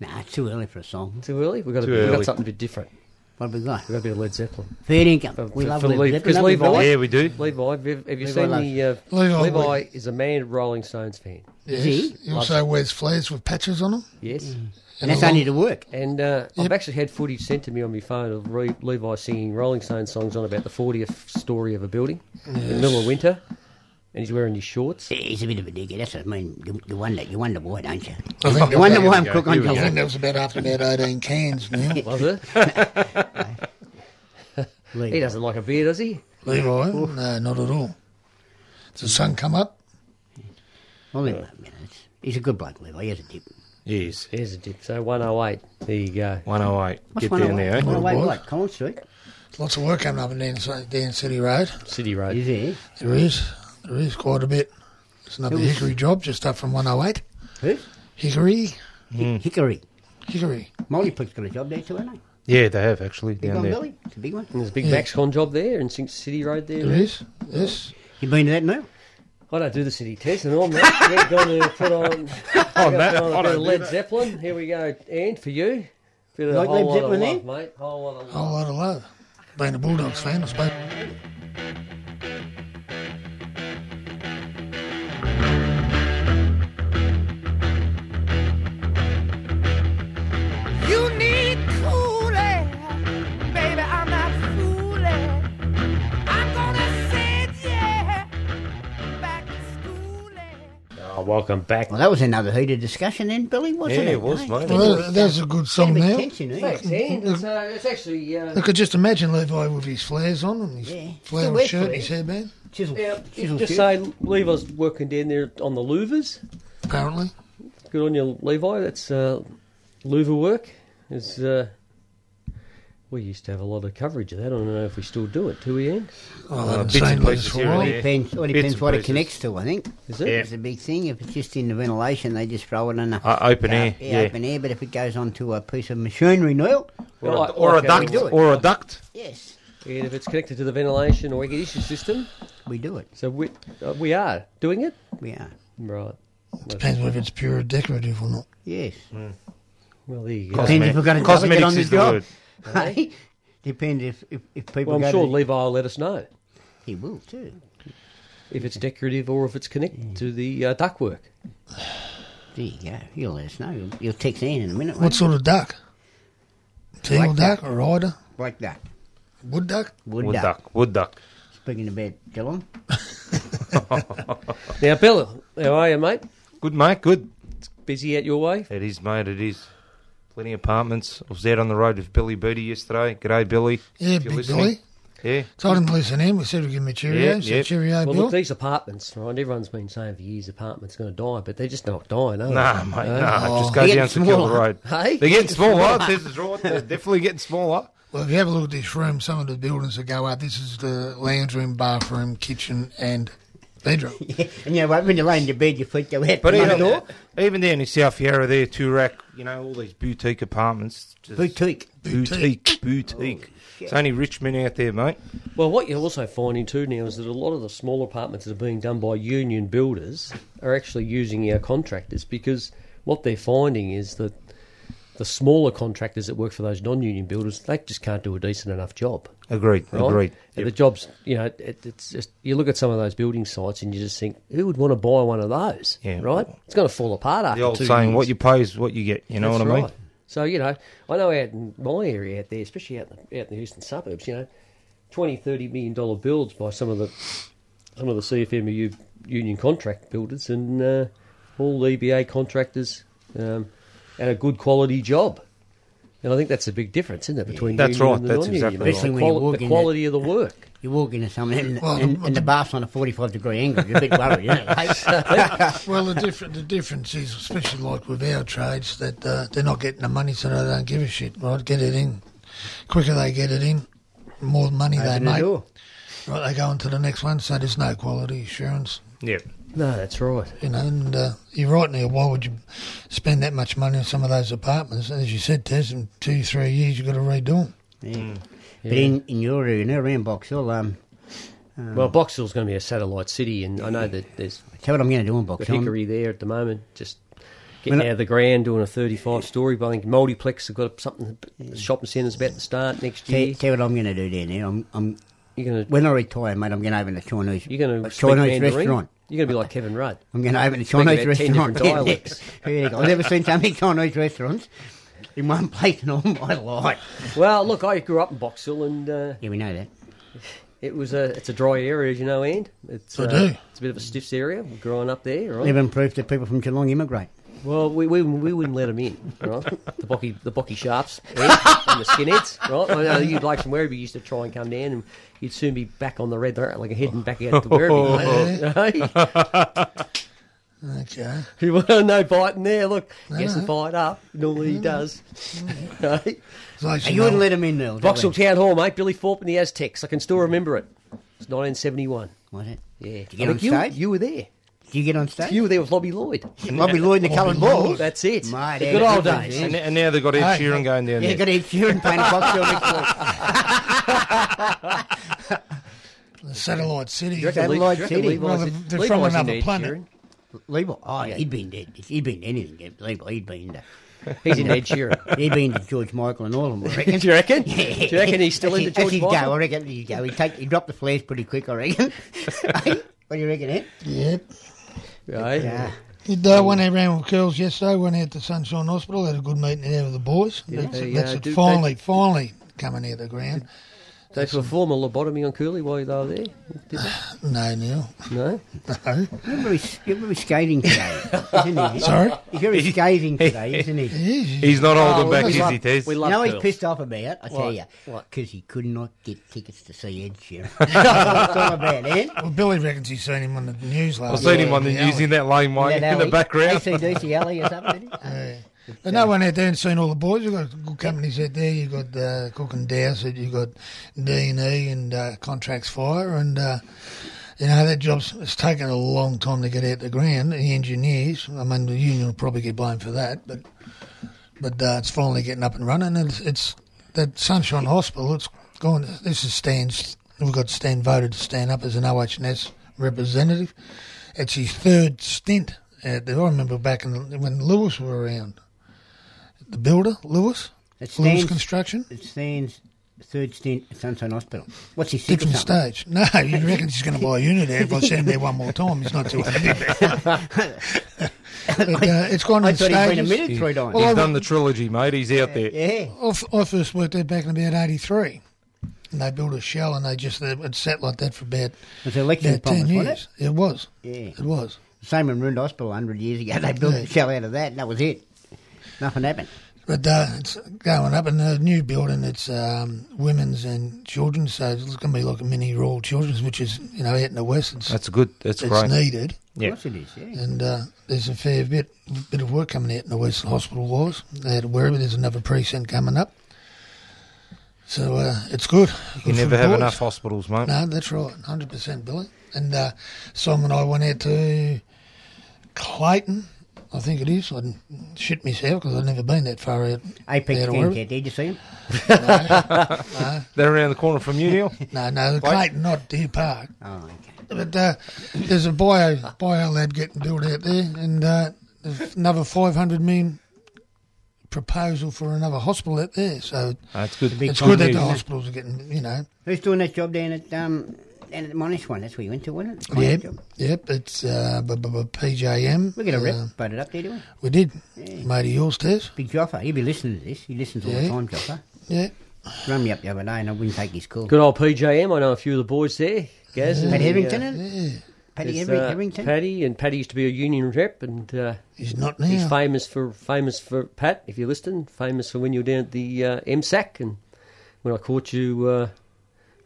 [SPEAKER 4] Nah, it's too early for a song.
[SPEAKER 2] Too early? We've got, a,
[SPEAKER 5] Too
[SPEAKER 2] we've got
[SPEAKER 5] early.
[SPEAKER 2] something a bit different.
[SPEAKER 4] What have we got?
[SPEAKER 2] We've got a bit of Led Zeppelin.
[SPEAKER 4] Third income.
[SPEAKER 2] For-
[SPEAKER 4] we
[SPEAKER 2] for-
[SPEAKER 4] love
[SPEAKER 2] for
[SPEAKER 4] Led
[SPEAKER 2] Levi- 'cause
[SPEAKER 4] Zeppelin, don't we,
[SPEAKER 2] Levi-
[SPEAKER 4] Billy?
[SPEAKER 5] Yeah, we do.
[SPEAKER 2] Levi, have you, have you
[SPEAKER 4] Levi
[SPEAKER 2] seen
[SPEAKER 4] loves-
[SPEAKER 2] the. Uh,
[SPEAKER 3] Levi
[SPEAKER 2] Levi is a man Rolling Stones fan.
[SPEAKER 3] Yes.
[SPEAKER 4] he?
[SPEAKER 3] He also wears flares with patches on them.
[SPEAKER 2] Yes.
[SPEAKER 4] And that's
[SPEAKER 3] a long-
[SPEAKER 4] only to work.
[SPEAKER 2] And uh, I've
[SPEAKER 3] Mm. Yep.
[SPEAKER 2] actually had footage sent to me on my phone of Re- Levi singing Rolling Stones songs on about the 40th story of a building in the middle of winter. And he's wearing his shorts.
[SPEAKER 4] He's a bit of a digger. That's what I mean. You, you wonder, you wonder why, don't you?
[SPEAKER 3] I think
[SPEAKER 4] You wonder
[SPEAKER 3] that-
[SPEAKER 4] why I'm
[SPEAKER 5] go,
[SPEAKER 4] cook on
[SPEAKER 5] here we
[SPEAKER 3] I think
[SPEAKER 4] television.
[SPEAKER 3] that was about after about 18 cans now.
[SPEAKER 2] Was it? He doesn't like a beer, does he?
[SPEAKER 3] Levi? No, not at all. Does the sun come up?
[SPEAKER 4] Well, Levi, you know, it's- he's a good bloke, Levi. He has a dip.
[SPEAKER 5] Yes.
[SPEAKER 2] There's a dip. So 108. There you go.
[SPEAKER 5] 108.
[SPEAKER 4] What's
[SPEAKER 5] Get down there,
[SPEAKER 4] 108?
[SPEAKER 5] eh?
[SPEAKER 3] Good bloke.
[SPEAKER 4] 108 what? Collins Street?
[SPEAKER 3] Lots of work coming up and down, Sa- down City Road.
[SPEAKER 2] City Road.
[SPEAKER 4] Is he?
[SPEAKER 3] There is. There is quite a bit. It's another
[SPEAKER 4] Who's-
[SPEAKER 3] Hickory job just up from 108.
[SPEAKER 4] Who?
[SPEAKER 3] Hickory.
[SPEAKER 5] Hmm.
[SPEAKER 4] Hi- Hickory.
[SPEAKER 3] Hickory.
[SPEAKER 4] Molly Prick's got a job there too, hasn't he?
[SPEAKER 5] Yeah, they have, actually,
[SPEAKER 4] Big
[SPEAKER 5] down
[SPEAKER 4] one,
[SPEAKER 5] there.
[SPEAKER 4] Billy. It's a big one.
[SPEAKER 2] And there's a big
[SPEAKER 3] Yeah.
[SPEAKER 2] Maxcon job there in Sing- City Road there.
[SPEAKER 3] There is. Yes.
[SPEAKER 4] You been to that now?
[SPEAKER 2] I don't do the city test and all, mate. We're going to put on, oh, put on a
[SPEAKER 5] Matt, I
[SPEAKER 2] bit
[SPEAKER 5] don't
[SPEAKER 2] of
[SPEAKER 5] do
[SPEAKER 2] Led
[SPEAKER 5] that.
[SPEAKER 2] Zeppelin. Here we go, and for you. Bit of
[SPEAKER 4] Like
[SPEAKER 2] a whole
[SPEAKER 4] Led
[SPEAKER 2] lot
[SPEAKER 4] Zeppelin,
[SPEAKER 2] of
[SPEAKER 4] eh?
[SPEAKER 2] love, mate. Whole lot of
[SPEAKER 3] Oh, A whole
[SPEAKER 2] love.
[SPEAKER 3] lot of love. Being a Bulldogs fan, I suppose.
[SPEAKER 6] You need cool air, baby. I'm not fooling. I'm gonna send yeah back to school.
[SPEAKER 2] Oh, welcome back.
[SPEAKER 4] Well, that was another heated discussion then, Billy, wasn't
[SPEAKER 5] Yeah,
[SPEAKER 4] it?
[SPEAKER 5] it was, mate.
[SPEAKER 3] Well, that, that's a good song
[SPEAKER 4] Bit of
[SPEAKER 3] now.
[SPEAKER 4] tension, eh?
[SPEAKER 2] Thanks, Ian. It's, uh, it's actually uh,
[SPEAKER 3] I could just imagine Levi with his flares on and his
[SPEAKER 4] Yeah. Still
[SPEAKER 3] flowered
[SPEAKER 4] wear
[SPEAKER 3] shirt and his
[SPEAKER 4] flares.
[SPEAKER 3] hairband,
[SPEAKER 4] Chisel,
[SPEAKER 2] yeah,
[SPEAKER 4] chisel
[SPEAKER 2] just
[SPEAKER 4] shoot.
[SPEAKER 2] say Levi's working down there on the louvers.
[SPEAKER 3] apparently.
[SPEAKER 2] Good on you, Levi. That's uh, louver work. Is uh, we used to have a lot of coverage of that. I don't know if we still do it. Do we, Ian?
[SPEAKER 3] Well, I haven't
[SPEAKER 5] Oh, bits and
[SPEAKER 3] seen Levi's
[SPEAKER 5] pieces
[SPEAKER 3] for a
[SPEAKER 5] here and
[SPEAKER 3] while.
[SPEAKER 5] there.
[SPEAKER 4] Depends, it all
[SPEAKER 5] Bits
[SPEAKER 4] depends
[SPEAKER 5] and
[SPEAKER 4] what it
[SPEAKER 5] pieces.
[SPEAKER 4] connects to, I think.
[SPEAKER 2] Is it?
[SPEAKER 5] Yeah.
[SPEAKER 4] It's a big thing. If it's just in the ventilation, they just throw it in a
[SPEAKER 5] Uh, open air, yeah.
[SPEAKER 4] open air. But if it goes onto a piece of machinery, Neil.
[SPEAKER 5] Or a,
[SPEAKER 2] Like-
[SPEAKER 5] or a
[SPEAKER 2] like
[SPEAKER 5] duct.
[SPEAKER 4] do it.
[SPEAKER 5] Or a duct.
[SPEAKER 4] Yes,
[SPEAKER 2] And if it's connected to the ventilation or ignition system,
[SPEAKER 4] we do it.
[SPEAKER 2] so we uh, we are doing it.
[SPEAKER 4] We are.
[SPEAKER 2] Right.
[SPEAKER 3] Depends whether it's pure decorative or not.
[SPEAKER 4] Yes.
[SPEAKER 5] Mm.
[SPEAKER 2] Well, there you go.
[SPEAKER 4] Depends if we've got a job to get on
[SPEAKER 5] Cosmetics
[SPEAKER 4] the
[SPEAKER 5] is the
[SPEAKER 4] job.
[SPEAKER 5] word.
[SPEAKER 4] Hey? Depends if, if, if people
[SPEAKER 2] Well,
[SPEAKER 4] go
[SPEAKER 2] I'm sure
[SPEAKER 4] to,
[SPEAKER 2] Levi will let us know
[SPEAKER 4] He will too.
[SPEAKER 2] if it's decorative or if it's connected
[SPEAKER 4] Mm.
[SPEAKER 2] to the uh, duck work.
[SPEAKER 4] There you go. You'll let us know. You'll, you'll text Ian in a minute.
[SPEAKER 3] What
[SPEAKER 4] won't
[SPEAKER 3] sort of duck? Teal
[SPEAKER 4] Like
[SPEAKER 3] duck, a rider,
[SPEAKER 4] you? Like that.
[SPEAKER 3] wood duck?
[SPEAKER 4] Wood,
[SPEAKER 5] Wood
[SPEAKER 4] duck.
[SPEAKER 5] duck. Wood duck.
[SPEAKER 4] Speaking about Geelong.
[SPEAKER 2] Now, Bella, how are you, mate?
[SPEAKER 5] Good, mate. Good.
[SPEAKER 2] Busy out your way?
[SPEAKER 5] It is, mate. It is. Plenty of apartments. I was out on the road with Billy Booty yesterday. G'day, Billy.
[SPEAKER 3] Yeah,
[SPEAKER 5] If you're
[SPEAKER 3] big
[SPEAKER 5] listening.
[SPEAKER 3] Billy.
[SPEAKER 5] Yeah.
[SPEAKER 3] Told him to listen in. We said we'd give him a cheerio.
[SPEAKER 5] Yeah,
[SPEAKER 3] so
[SPEAKER 5] yeah.
[SPEAKER 3] cheerio,
[SPEAKER 2] Well,
[SPEAKER 3] Bill.
[SPEAKER 2] look, these apartments, right? Everyone's been saying for years apartments are going to die, but they're just not dying, are
[SPEAKER 5] Nah,
[SPEAKER 2] they?
[SPEAKER 5] mate,
[SPEAKER 2] No?
[SPEAKER 5] nah.
[SPEAKER 3] Oh.
[SPEAKER 5] Just go
[SPEAKER 4] They're
[SPEAKER 5] down
[SPEAKER 4] getting
[SPEAKER 5] to Kill
[SPEAKER 4] smaller.
[SPEAKER 5] Road.
[SPEAKER 2] Hey?
[SPEAKER 5] They're getting smaller. this is right. They're definitely getting smaller.
[SPEAKER 3] Well, if you have a look at this room, some of the buildings that go up, this is the lounge room, bathroom, kitchen, and bedroom.
[SPEAKER 4] And you know what? When you lay in your bed, your feet go out
[SPEAKER 5] But
[SPEAKER 4] the front
[SPEAKER 5] even,
[SPEAKER 4] door.
[SPEAKER 5] even down in South Yarra there, Turak, you know, all these boutique apartments. Just
[SPEAKER 4] Boutique.
[SPEAKER 5] Boutique. Boutique. It's only Richmond out there, mate.
[SPEAKER 2] Well, what you're also finding too now is that a lot of the small apartments that are being done by union builders are actually using our contractors because what they're finding is that the smaller contractors that work for those non-union builders they just can't do a decent enough job.
[SPEAKER 5] Agreed.
[SPEAKER 2] Right?
[SPEAKER 5] Agreed.
[SPEAKER 2] And
[SPEAKER 5] Yep.
[SPEAKER 2] The jobs, you know, it, it's just you look at some of those building sites and you just think, who would want to buy one of those?
[SPEAKER 5] Yeah.
[SPEAKER 2] Right? It's going to fall apart after
[SPEAKER 5] The old
[SPEAKER 2] two
[SPEAKER 5] saying,
[SPEAKER 2] years.
[SPEAKER 5] what you pay is what you get. You know
[SPEAKER 2] That's
[SPEAKER 5] what I mean?
[SPEAKER 2] right. So you know, I know out in my area out there, especially out in the, out in the eastern suburbs, you know, 20, 30 million dollar builds by some of the some of the CFMU union contract builders and uh, all EBA contractors, um, and a good quality job. And I think that's a big difference, isn't it, between
[SPEAKER 5] That's
[SPEAKER 2] union
[SPEAKER 5] right,
[SPEAKER 2] and the
[SPEAKER 5] that's
[SPEAKER 2] non-union?
[SPEAKER 5] exactly
[SPEAKER 2] It's the
[SPEAKER 4] right. Especially when you
[SPEAKER 2] quali-
[SPEAKER 4] walk
[SPEAKER 2] the
[SPEAKER 4] in
[SPEAKER 2] quality of the work.
[SPEAKER 4] You walk into something and,
[SPEAKER 3] Well,
[SPEAKER 4] and,
[SPEAKER 3] the-
[SPEAKER 4] and the bath's on a 45 degree angle. You're a bit worried, you know, mate?
[SPEAKER 3] well, the, different, the difference is, especially like with our trades, that uh, they're not getting the money, so they don't give a shit, right? Get it in. quicker they get it in, more money they
[SPEAKER 4] Open the
[SPEAKER 3] make.
[SPEAKER 4] door.
[SPEAKER 3] Right, they go on to the next one, so there's no quality assurance.
[SPEAKER 5] Yeah.
[SPEAKER 2] No, that's right.
[SPEAKER 3] You know, and uh, you're right now. Why would you spend that much money on some of those apartments? And as you said, Tess, in two, three years, you've got to redo them.
[SPEAKER 2] Mm.
[SPEAKER 4] But in, in your area, in around Box Hill, um,
[SPEAKER 2] Well, Box Hill's going to be a satellite city, and I know that there's
[SPEAKER 4] tell what I'm going to do in Box
[SPEAKER 2] got
[SPEAKER 4] Hill.
[SPEAKER 2] Hickory there at the moment, just getting
[SPEAKER 4] When I-
[SPEAKER 2] out of the ground, doing a 35 story. But I think Multiplex have got something, the shopping centre's about to start next
[SPEAKER 4] Tell,
[SPEAKER 2] year.
[SPEAKER 4] tell what I'm going to do there now. I'm, I'm,
[SPEAKER 2] You're going to
[SPEAKER 4] when I retire, mate, I'm going to open a Chinese,
[SPEAKER 2] you're going to
[SPEAKER 4] a Chinese restaurant.
[SPEAKER 2] You're going to be like Kevin Rudd.
[SPEAKER 4] I'm going to open a
[SPEAKER 2] Speaking
[SPEAKER 4] Chinese
[SPEAKER 2] about 10 different
[SPEAKER 4] restaurant. Yeah,
[SPEAKER 2] dialects.
[SPEAKER 4] yeah. Here you go. I've never seen so many Chinese restaurants in one place in all my life.
[SPEAKER 2] Well, look, I grew up in Box Hill, and uh,
[SPEAKER 4] Yeah, we know that.
[SPEAKER 2] it was a it's a dry area, as you know, and it's
[SPEAKER 3] I
[SPEAKER 2] uh,
[SPEAKER 3] do.
[SPEAKER 2] it's a bit of a stiffs area. Growing up there, right?
[SPEAKER 4] They've improved that people from Geelong immigrate.
[SPEAKER 2] Well, we, we, we wouldn't let them in, right? The bocky the bocky sharps Ed, and the skinheads, right? uh, I know you blokes from Werribee used to try and come down, and you'd soon be back on the red line, like heading back out to Werribee. mate.
[SPEAKER 3] Okay.
[SPEAKER 2] You want to know biting there? Look, gets the fight up. Normally he does. Right?
[SPEAKER 3] So
[SPEAKER 4] Hey, you wouldn't let them in, Neil.
[SPEAKER 2] Vauxhall
[SPEAKER 4] did we?
[SPEAKER 2] Town Hall, mate. Billy Thorpe and the Aztecs. I can still remember it. It's 1971.
[SPEAKER 4] Was it?
[SPEAKER 2] Yeah,
[SPEAKER 4] Did you
[SPEAKER 2] I
[SPEAKER 4] get on
[SPEAKER 2] think you,
[SPEAKER 4] stage?
[SPEAKER 2] you were there.
[SPEAKER 4] Do you Oh, get on stage?
[SPEAKER 2] You were there with Lobby Lloyd.
[SPEAKER 4] Robbie Lloyd and the coloured balls.
[SPEAKER 2] That's it.
[SPEAKER 4] Mate,
[SPEAKER 2] the
[SPEAKER 4] yeah,
[SPEAKER 2] good
[SPEAKER 4] good
[SPEAKER 2] old
[SPEAKER 4] ones,
[SPEAKER 2] days.
[SPEAKER 4] yeah.
[SPEAKER 5] And, and now they've got Ed
[SPEAKER 3] Hey.
[SPEAKER 5] Sheeran going down
[SPEAKER 4] Yeah,
[SPEAKER 5] there.
[SPEAKER 4] you got to eat you and paint a box Hill next door.
[SPEAKER 3] The satellite city.
[SPEAKER 2] Do you reckon
[SPEAKER 4] Satellite
[SPEAKER 2] Levi- do you reckon
[SPEAKER 4] City.
[SPEAKER 2] Levi's
[SPEAKER 3] Well,
[SPEAKER 2] in-
[SPEAKER 3] they're- they're
[SPEAKER 2] Levi's
[SPEAKER 3] from
[SPEAKER 2] in
[SPEAKER 3] another
[SPEAKER 2] Ed
[SPEAKER 3] planet.
[SPEAKER 2] Sheeran?
[SPEAKER 4] Levi, oh, he'd been dead. He'd been to anything. yeah. Levi, he'd been to,
[SPEAKER 2] He's in Ed Sheeran.
[SPEAKER 4] he'd been to George Michael and all of them. I reckon.
[SPEAKER 2] Do you reckon? Do you reckon he's still into
[SPEAKER 4] That's
[SPEAKER 2] George
[SPEAKER 4] his
[SPEAKER 2] Michael?
[SPEAKER 4] go. I reckon he'd go. He'd take. He'd drop the flares pretty quick. I reckon. Hey, what do you reckon, Ed?
[SPEAKER 3] Yep.
[SPEAKER 2] Right.
[SPEAKER 4] Yeah.
[SPEAKER 3] Did uh, went out round with girls yesterday. Went out to Sunshine Hospital. Had a good meeting there with the boys. that's
[SPEAKER 2] They,
[SPEAKER 3] it, that's
[SPEAKER 2] uh,
[SPEAKER 3] it.
[SPEAKER 2] do-
[SPEAKER 3] finally, finally coming out of the ground.
[SPEAKER 2] They perform a lobotomy on Cooley while they were there. Did they?
[SPEAKER 3] No, Neil.
[SPEAKER 2] No.
[SPEAKER 3] No.
[SPEAKER 4] You're very, you're very scathing today, isn't he?
[SPEAKER 3] Sorry?
[SPEAKER 4] He's very scathing today, isn't he?
[SPEAKER 5] He's not holding
[SPEAKER 4] Oh,
[SPEAKER 5] back,
[SPEAKER 4] we
[SPEAKER 5] is
[SPEAKER 4] love-
[SPEAKER 5] he, Tez?
[SPEAKER 2] we
[SPEAKER 4] You
[SPEAKER 2] love
[SPEAKER 4] know what he's
[SPEAKER 2] girls.
[SPEAKER 4] pissed off about? I tell
[SPEAKER 2] What?
[SPEAKER 4] you.
[SPEAKER 2] What?
[SPEAKER 4] Because he could not get tickets to see Ed Sheeran. That's what it's all about, Ed.
[SPEAKER 3] Well, Billy reckons he's seen him on the news
[SPEAKER 5] I've
[SPEAKER 3] last
[SPEAKER 5] seen him on the
[SPEAKER 3] alley.
[SPEAKER 5] news in that lane, mate,
[SPEAKER 4] That
[SPEAKER 5] in the
[SPEAKER 4] alley.
[SPEAKER 5] background.
[SPEAKER 4] ACDC alley or something. isn't it?
[SPEAKER 3] Yeah. But no one out there and seen all the boys. You've got good companies out there. You've got uh, Cook and Dowsett, you've got D&E and uh, Contracts Fire. And, uh, you know, that job's it's taken a long time to get out the ground. The engineers, I mean, the union will probably get blamed for that. But but uh, it's finally getting up and running. And it's, it's that Sunshine Hospital, it's going, this is Stan's, we've got Stan voted to stand up as an OHS representative. It's his third stint. At the, I remember back in the, when Lewis were around, the builder Lewis,
[SPEAKER 4] It's
[SPEAKER 3] Lewis
[SPEAKER 4] Stan's-
[SPEAKER 3] Construction,
[SPEAKER 4] It stands third stint at Sunshine Hospital. What's his sick or
[SPEAKER 3] different
[SPEAKER 4] something?
[SPEAKER 3] stage. No, he reckons he's going to buy a unit there. If I send him there one more time, he's not too happy. but, uh, it's gone
[SPEAKER 4] I
[SPEAKER 3] in
[SPEAKER 4] thought he'd been
[SPEAKER 3] stages.
[SPEAKER 4] admitted three times.
[SPEAKER 5] He's
[SPEAKER 3] Well, I-
[SPEAKER 5] done the trilogy, mate. He's out there.
[SPEAKER 4] yeah.
[SPEAKER 3] I f- I first worked there back in about '83, and they built a shell, and they just they, it sat like that for about
[SPEAKER 4] It was election
[SPEAKER 3] about
[SPEAKER 4] promise,
[SPEAKER 3] ten
[SPEAKER 4] wasn't
[SPEAKER 3] years. It? was.
[SPEAKER 4] Yeah.
[SPEAKER 3] It was.
[SPEAKER 4] Same in Rund Hospital 100 years ago. They built
[SPEAKER 3] Yeah.
[SPEAKER 4] a shell out of that and that was it. Nothing happened.
[SPEAKER 3] But uh, it's going up in the new building. It's um, women's and children's, so it's going to be like a mini rural children's, which is you know out in the west. It's
[SPEAKER 5] That's good. That's
[SPEAKER 3] it's
[SPEAKER 5] great.
[SPEAKER 3] needed,
[SPEAKER 5] Yeah.
[SPEAKER 4] Of course it is, yeah.
[SPEAKER 3] and uh, there's a fair bit bit of work coming out in the west hospital wise. They had to worry, but there's another precinct coming up. So uh, it's good.
[SPEAKER 5] You
[SPEAKER 3] Good for
[SPEAKER 5] never
[SPEAKER 3] the
[SPEAKER 5] have
[SPEAKER 3] boys.
[SPEAKER 5] enough hospitals, mate.
[SPEAKER 3] No, that's right, hundred percent, Billy. And uh, Simon and I went out to Clayton, I think it is. I didn't shit myself because I'd never been that far out.
[SPEAKER 4] AP
[SPEAKER 3] out of
[SPEAKER 4] King,
[SPEAKER 3] Werribee.
[SPEAKER 4] did you see him?
[SPEAKER 5] They're around the corner from you, Neil.
[SPEAKER 3] No, no, Clayton, not Deer Park.
[SPEAKER 4] Oh, okay.
[SPEAKER 3] But uh, there's a bio bio lab getting built out there, and uh, there's another five hundred million proposal for another hospital out there. So
[SPEAKER 5] That's good.
[SPEAKER 4] Big
[SPEAKER 3] it's good that
[SPEAKER 5] news.
[SPEAKER 3] the hospitals are getting, you know,
[SPEAKER 4] Who's doing that job down at um down at the Monash one? That's where you went to, wasn't it? Monash
[SPEAKER 3] yep,
[SPEAKER 4] job.
[SPEAKER 3] yep. It's uh, b- b- b- PJM.
[SPEAKER 4] We get a rep,
[SPEAKER 3] Uh,
[SPEAKER 4] but it up there, do we?
[SPEAKER 3] we did, matey. Yours, Tess.
[SPEAKER 4] Big Joffa, he'll be listening to this. He listens all the
[SPEAKER 3] Yeah.
[SPEAKER 4] time, Joffa.
[SPEAKER 3] Yeah.
[SPEAKER 4] Run me up the other day and I wouldn't take his call.
[SPEAKER 2] Good old PJM. I know a few of the boys there. Gaz and,
[SPEAKER 4] Paddy
[SPEAKER 2] uh,
[SPEAKER 4] Hetherington, isn't it?
[SPEAKER 3] Yeah,
[SPEAKER 4] Paddy
[SPEAKER 2] there's,
[SPEAKER 4] Hetherington?
[SPEAKER 2] uh, Paddy and Paddy used to be a union rep, and uh,
[SPEAKER 3] he's not now.
[SPEAKER 2] he's famous for famous for Pat. If you're listening, famous for when you were down at the uh, MSAC and when I caught you uh,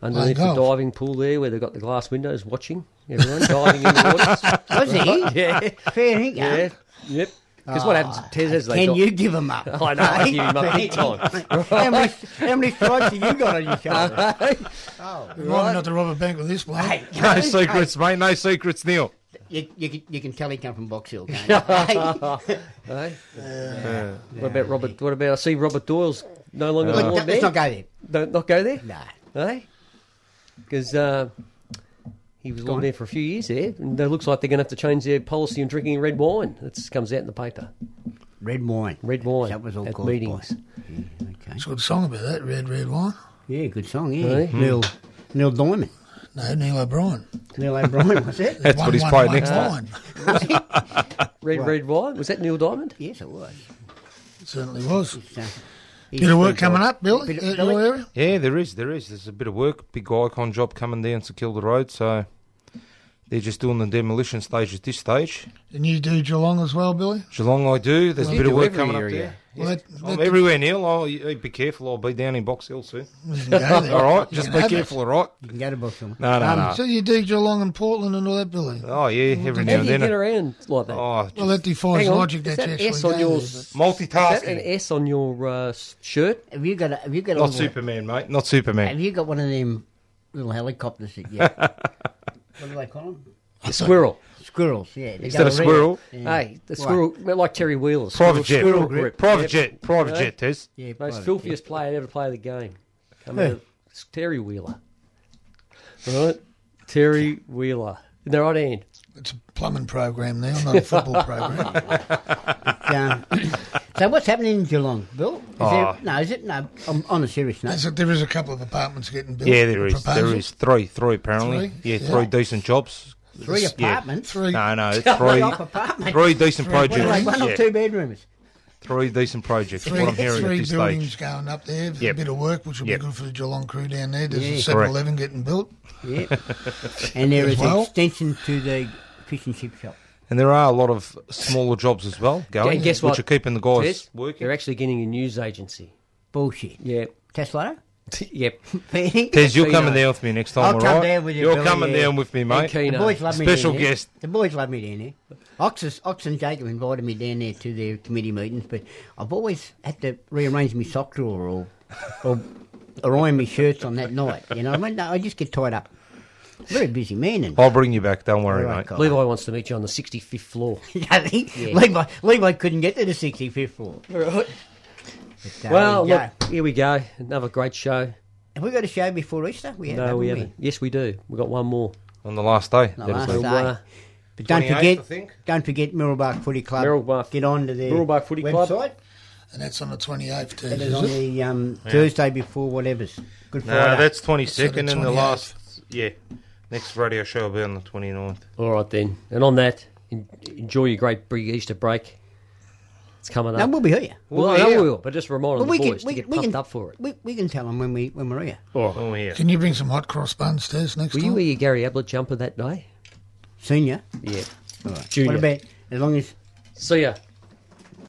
[SPEAKER 2] underneath the
[SPEAKER 3] Playing golf.
[SPEAKER 2] diving pool there, where they've got the glass windows, watching everyone diving in the water.
[SPEAKER 4] Was he?
[SPEAKER 2] Yeah,
[SPEAKER 4] Fair dinkum. Ah,
[SPEAKER 2] yeah, yep. Because what happens, Tez, as they
[SPEAKER 4] Can
[SPEAKER 2] got-
[SPEAKER 4] you give him up?
[SPEAKER 2] I know, I give him up big time.
[SPEAKER 4] how, many, how many stripes have you got on your shoulder?
[SPEAKER 3] Remind me not to rob a bank with this bloke.
[SPEAKER 4] Hey,
[SPEAKER 5] No secrets, mate. No secrets, Neil.
[SPEAKER 4] You, you, can- you can tell he come from Box Hill, can't you?
[SPEAKER 2] Eh? What about Robert? What about I see Robert Doyle's no longer the
[SPEAKER 4] Uh, Look,
[SPEAKER 2] Lord Mayor.
[SPEAKER 4] let's not go there.
[SPEAKER 2] Don't not go there,
[SPEAKER 4] No.
[SPEAKER 2] eh? Because uh, he was Lord Mayor for a few years there, and it looks like they're going to have to change their policy on drinking red wine. That just comes out in the paper.
[SPEAKER 4] Red wine.
[SPEAKER 2] Red wine
[SPEAKER 4] That was all
[SPEAKER 2] at
[SPEAKER 4] caused
[SPEAKER 2] meetings.
[SPEAKER 4] by- Yeah, okay.
[SPEAKER 3] It's a good song about that, Red Red Wine.
[SPEAKER 4] Yeah, good song, yeah.
[SPEAKER 2] Really? Hmm.
[SPEAKER 4] Neil, Neil Diamond.
[SPEAKER 3] No, Neil O'Brien.
[SPEAKER 4] Neil O'Brien, was it?
[SPEAKER 5] That's what he's played next
[SPEAKER 3] time.
[SPEAKER 2] Red red wine was that Neil Diamond?
[SPEAKER 4] Yes, it was.
[SPEAKER 3] Certainly was.
[SPEAKER 4] So, he's
[SPEAKER 3] Bit of work
[SPEAKER 4] pretty
[SPEAKER 3] coming
[SPEAKER 4] good.
[SPEAKER 3] up, Uh, Billy,
[SPEAKER 4] Bit of-
[SPEAKER 3] at
[SPEAKER 4] Billy?
[SPEAKER 3] your area.
[SPEAKER 5] Yeah, there is. There is. There's a bit of work. Big icon job coming down to Kilda Road. So they're just doing the demolition stage at this stage.
[SPEAKER 3] And you do Geelong as well, Billy?
[SPEAKER 5] Geelong, I do. There's a
[SPEAKER 2] You
[SPEAKER 5] bit of
[SPEAKER 2] do
[SPEAKER 5] work
[SPEAKER 2] every
[SPEAKER 5] coming
[SPEAKER 2] area.
[SPEAKER 5] up there.
[SPEAKER 3] Well, that, that,
[SPEAKER 5] I'm Oh, everywhere, Neil. I'll, you- be careful. I'll be down in Box Hill soon.
[SPEAKER 3] we can go there.
[SPEAKER 5] All right,
[SPEAKER 3] You
[SPEAKER 5] just
[SPEAKER 3] can
[SPEAKER 5] be
[SPEAKER 3] have it.
[SPEAKER 5] careful. All right.
[SPEAKER 4] You can go to Box Hill.
[SPEAKER 5] No, no,
[SPEAKER 3] Um,
[SPEAKER 5] no.
[SPEAKER 3] So you do Geelong and Portland and all that, Billy?
[SPEAKER 5] oh yeah, every
[SPEAKER 2] How
[SPEAKER 5] now
[SPEAKER 2] do
[SPEAKER 5] and
[SPEAKER 2] you
[SPEAKER 5] then. uh,
[SPEAKER 2] get around like that?
[SPEAKER 5] Oh,
[SPEAKER 3] Well,
[SPEAKER 5] just
[SPEAKER 3] that defies
[SPEAKER 2] Hang on,
[SPEAKER 3] logic
[SPEAKER 2] is
[SPEAKER 3] that, you
[SPEAKER 2] that
[SPEAKER 3] actually
[SPEAKER 2] S on
[SPEAKER 3] go
[SPEAKER 2] your
[SPEAKER 3] there, but-
[SPEAKER 2] Is that an
[SPEAKER 5] multitasking.
[SPEAKER 2] S on your uh, shirt?
[SPEAKER 4] Have you got a, have you got a
[SPEAKER 5] Not
[SPEAKER 4] little-
[SPEAKER 5] Superman, mate. Not
[SPEAKER 4] Have
[SPEAKER 5] Superman.
[SPEAKER 4] you got one of them little helicopters that you? what do they call them?
[SPEAKER 2] Squirrel.
[SPEAKER 4] Squirrels, yeah. They
[SPEAKER 5] Instead
[SPEAKER 4] go
[SPEAKER 5] of
[SPEAKER 4] around.
[SPEAKER 5] squirrel,
[SPEAKER 4] Yeah.
[SPEAKER 2] Hey, the squirrel, like Terry Wheeler. squirrel-
[SPEAKER 5] private jet,
[SPEAKER 2] squirrel grip.
[SPEAKER 5] private
[SPEAKER 2] Yep.
[SPEAKER 5] jet, private
[SPEAKER 2] Right.
[SPEAKER 5] jet, Tez.
[SPEAKER 4] Yeah,
[SPEAKER 2] Most
[SPEAKER 4] private.
[SPEAKER 2] filthiest player to ever play the game. Come
[SPEAKER 4] Who?
[SPEAKER 2] out, it's Terry Wheeler. Right? Terry Wheeler. In the right hand.
[SPEAKER 3] It's a plumbing program now, not a football program.
[SPEAKER 4] Yeah. Um, so what's happening in Geelong, Bill? Is
[SPEAKER 5] Oh.
[SPEAKER 4] there, no, is it? No, I'm on a serious note.
[SPEAKER 3] There's a- there is a couple of apartments getting built.
[SPEAKER 5] Yeah, there is.
[SPEAKER 3] proposals.
[SPEAKER 5] There is three, three apparently.
[SPEAKER 3] Three?
[SPEAKER 5] Yeah,
[SPEAKER 3] Yeah.
[SPEAKER 5] three decent jobs.
[SPEAKER 4] Three
[SPEAKER 5] Yeah.
[SPEAKER 4] apartments.
[SPEAKER 3] Three.
[SPEAKER 5] No, no, it's
[SPEAKER 4] Three
[SPEAKER 5] three,
[SPEAKER 4] up apartments.
[SPEAKER 5] three decent
[SPEAKER 4] What are they,
[SPEAKER 5] projects.
[SPEAKER 4] one or
[SPEAKER 5] Yeah,
[SPEAKER 4] two bedrooms?
[SPEAKER 5] Three decent projects.
[SPEAKER 3] Three,
[SPEAKER 5] what I'm hearing
[SPEAKER 3] three
[SPEAKER 5] at this
[SPEAKER 3] buildings
[SPEAKER 5] stage.
[SPEAKER 3] going up there. for A
[SPEAKER 5] Yep.
[SPEAKER 3] bit of work, which will
[SPEAKER 5] Yep.
[SPEAKER 3] be good for the Geelong crew down there. There's
[SPEAKER 4] Yeah,
[SPEAKER 3] a
[SPEAKER 4] correct.
[SPEAKER 3] 7 Eleven getting built.
[SPEAKER 4] Yeah. and there
[SPEAKER 3] As
[SPEAKER 4] is an
[SPEAKER 3] well?
[SPEAKER 4] extension to the fish and chip shop.
[SPEAKER 5] And there are a lot of smaller jobs as well going,
[SPEAKER 2] and guess
[SPEAKER 5] which
[SPEAKER 2] what?
[SPEAKER 5] are keeping the guys
[SPEAKER 2] Yes,
[SPEAKER 5] working.
[SPEAKER 2] They're actually getting a news agency.
[SPEAKER 4] Bullshit.
[SPEAKER 2] Yep.
[SPEAKER 4] Tesla?
[SPEAKER 2] yep.
[SPEAKER 5] Tez, you're
[SPEAKER 2] Keno.
[SPEAKER 5] coming down with me next time,
[SPEAKER 4] I'll
[SPEAKER 5] all
[SPEAKER 4] come
[SPEAKER 5] right?
[SPEAKER 4] down with you,
[SPEAKER 5] You're
[SPEAKER 4] Billy,
[SPEAKER 5] coming
[SPEAKER 4] yeah.
[SPEAKER 5] down with me,
[SPEAKER 2] And
[SPEAKER 5] mate.
[SPEAKER 4] The
[SPEAKER 2] Keno.
[SPEAKER 4] boys love me
[SPEAKER 5] Special
[SPEAKER 4] down there.
[SPEAKER 5] guest.
[SPEAKER 4] The boys love me down there. Ox, is- Ox and Jacob invited me down there to their committee meetings, but I've always had to rearrange my sock drawer or or, or iron my shirts on that night. You know, what I mean, no, I just get tied up. Very busy man, and
[SPEAKER 5] I'll bring you back. Don't worry,
[SPEAKER 4] All right,
[SPEAKER 5] mate.
[SPEAKER 4] cool.
[SPEAKER 2] Levi wants to meet you on the 65th floor.
[SPEAKER 4] Levi, Levi couldn't get to the sixty fifth floor. But, uh,
[SPEAKER 2] well,
[SPEAKER 4] we go.
[SPEAKER 2] look, here we go. Another great show.
[SPEAKER 4] have we got a show before Easter? We
[SPEAKER 2] No, we haven't.
[SPEAKER 4] we?
[SPEAKER 2] Yes, we do. We've got one more.
[SPEAKER 5] On the last day.
[SPEAKER 4] No,
[SPEAKER 5] That is
[SPEAKER 4] last
[SPEAKER 5] all.
[SPEAKER 2] So,
[SPEAKER 4] day.
[SPEAKER 2] uh,
[SPEAKER 4] But don't
[SPEAKER 5] 28th,
[SPEAKER 4] forget,
[SPEAKER 5] I think.
[SPEAKER 4] don't forget Mirrabah Footy Club.
[SPEAKER 2] Mirrabah-
[SPEAKER 4] get on to their
[SPEAKER 2] Mirrabah Footy
[SPEAKER 4] website.
[SPEAKER 2] Club.
[SPEAKER 3] And that's on the 28th, too,
[SPEAKER 4] It
[SPEAKER 3] is
[SPEAKER 4] is on
[SPEAKER 3] it?
[SPEAKER 4] the um, Thursday before whatever's. Good
[SPEAKER 5] No,
[SPEAKER 4] Friday.
[SPEAKER 5] that's 22nd
[SPEAKER 3] So the
[SPEAKER 5] and the
[SPEAKER 3] 28th.
[SPEAKER 5] last. Yeah. Next radio show will be on the 29th.
[SPEAKER 2] all right then. And on that, en- enjoy your great big Easter break. It's coming
[SPEAKER 4] No,
[SPEAKER 2] up.
[SPEAKER 4] we'll be here.
[SPEAKER 2] Well,
[SPEAKER 5] Well,
[SPEAKER 2] I know
[SPEAKER 5] yeah.
[SPEAKER 2] we will, but just remind
[SPEAKER 4] But
[SPEAKER 2] the boys to get pumped
[SPEAKER 4] can,
[SPEAKER 2] up for it.
[SPEAKER 4] We, we can tell them when we when we're here.
[SPEAKER 5] When we're here.
[SPEAKER 3] Can you bring some hot cross buns, Tess, next
[SPEAKER 2] Were
[SPEAKER 3] time?
[SPEAKER 2] you wear your Gary Ablett jumper that day?
[SPEAKER 4] Senior.
[SPEAKER 2] Yeah.
[SPEAKER 4] All right.
[SPEAKER 2] Junior.
[SPEAKER 4] What about as long as
[SPEAKER 2] See ya.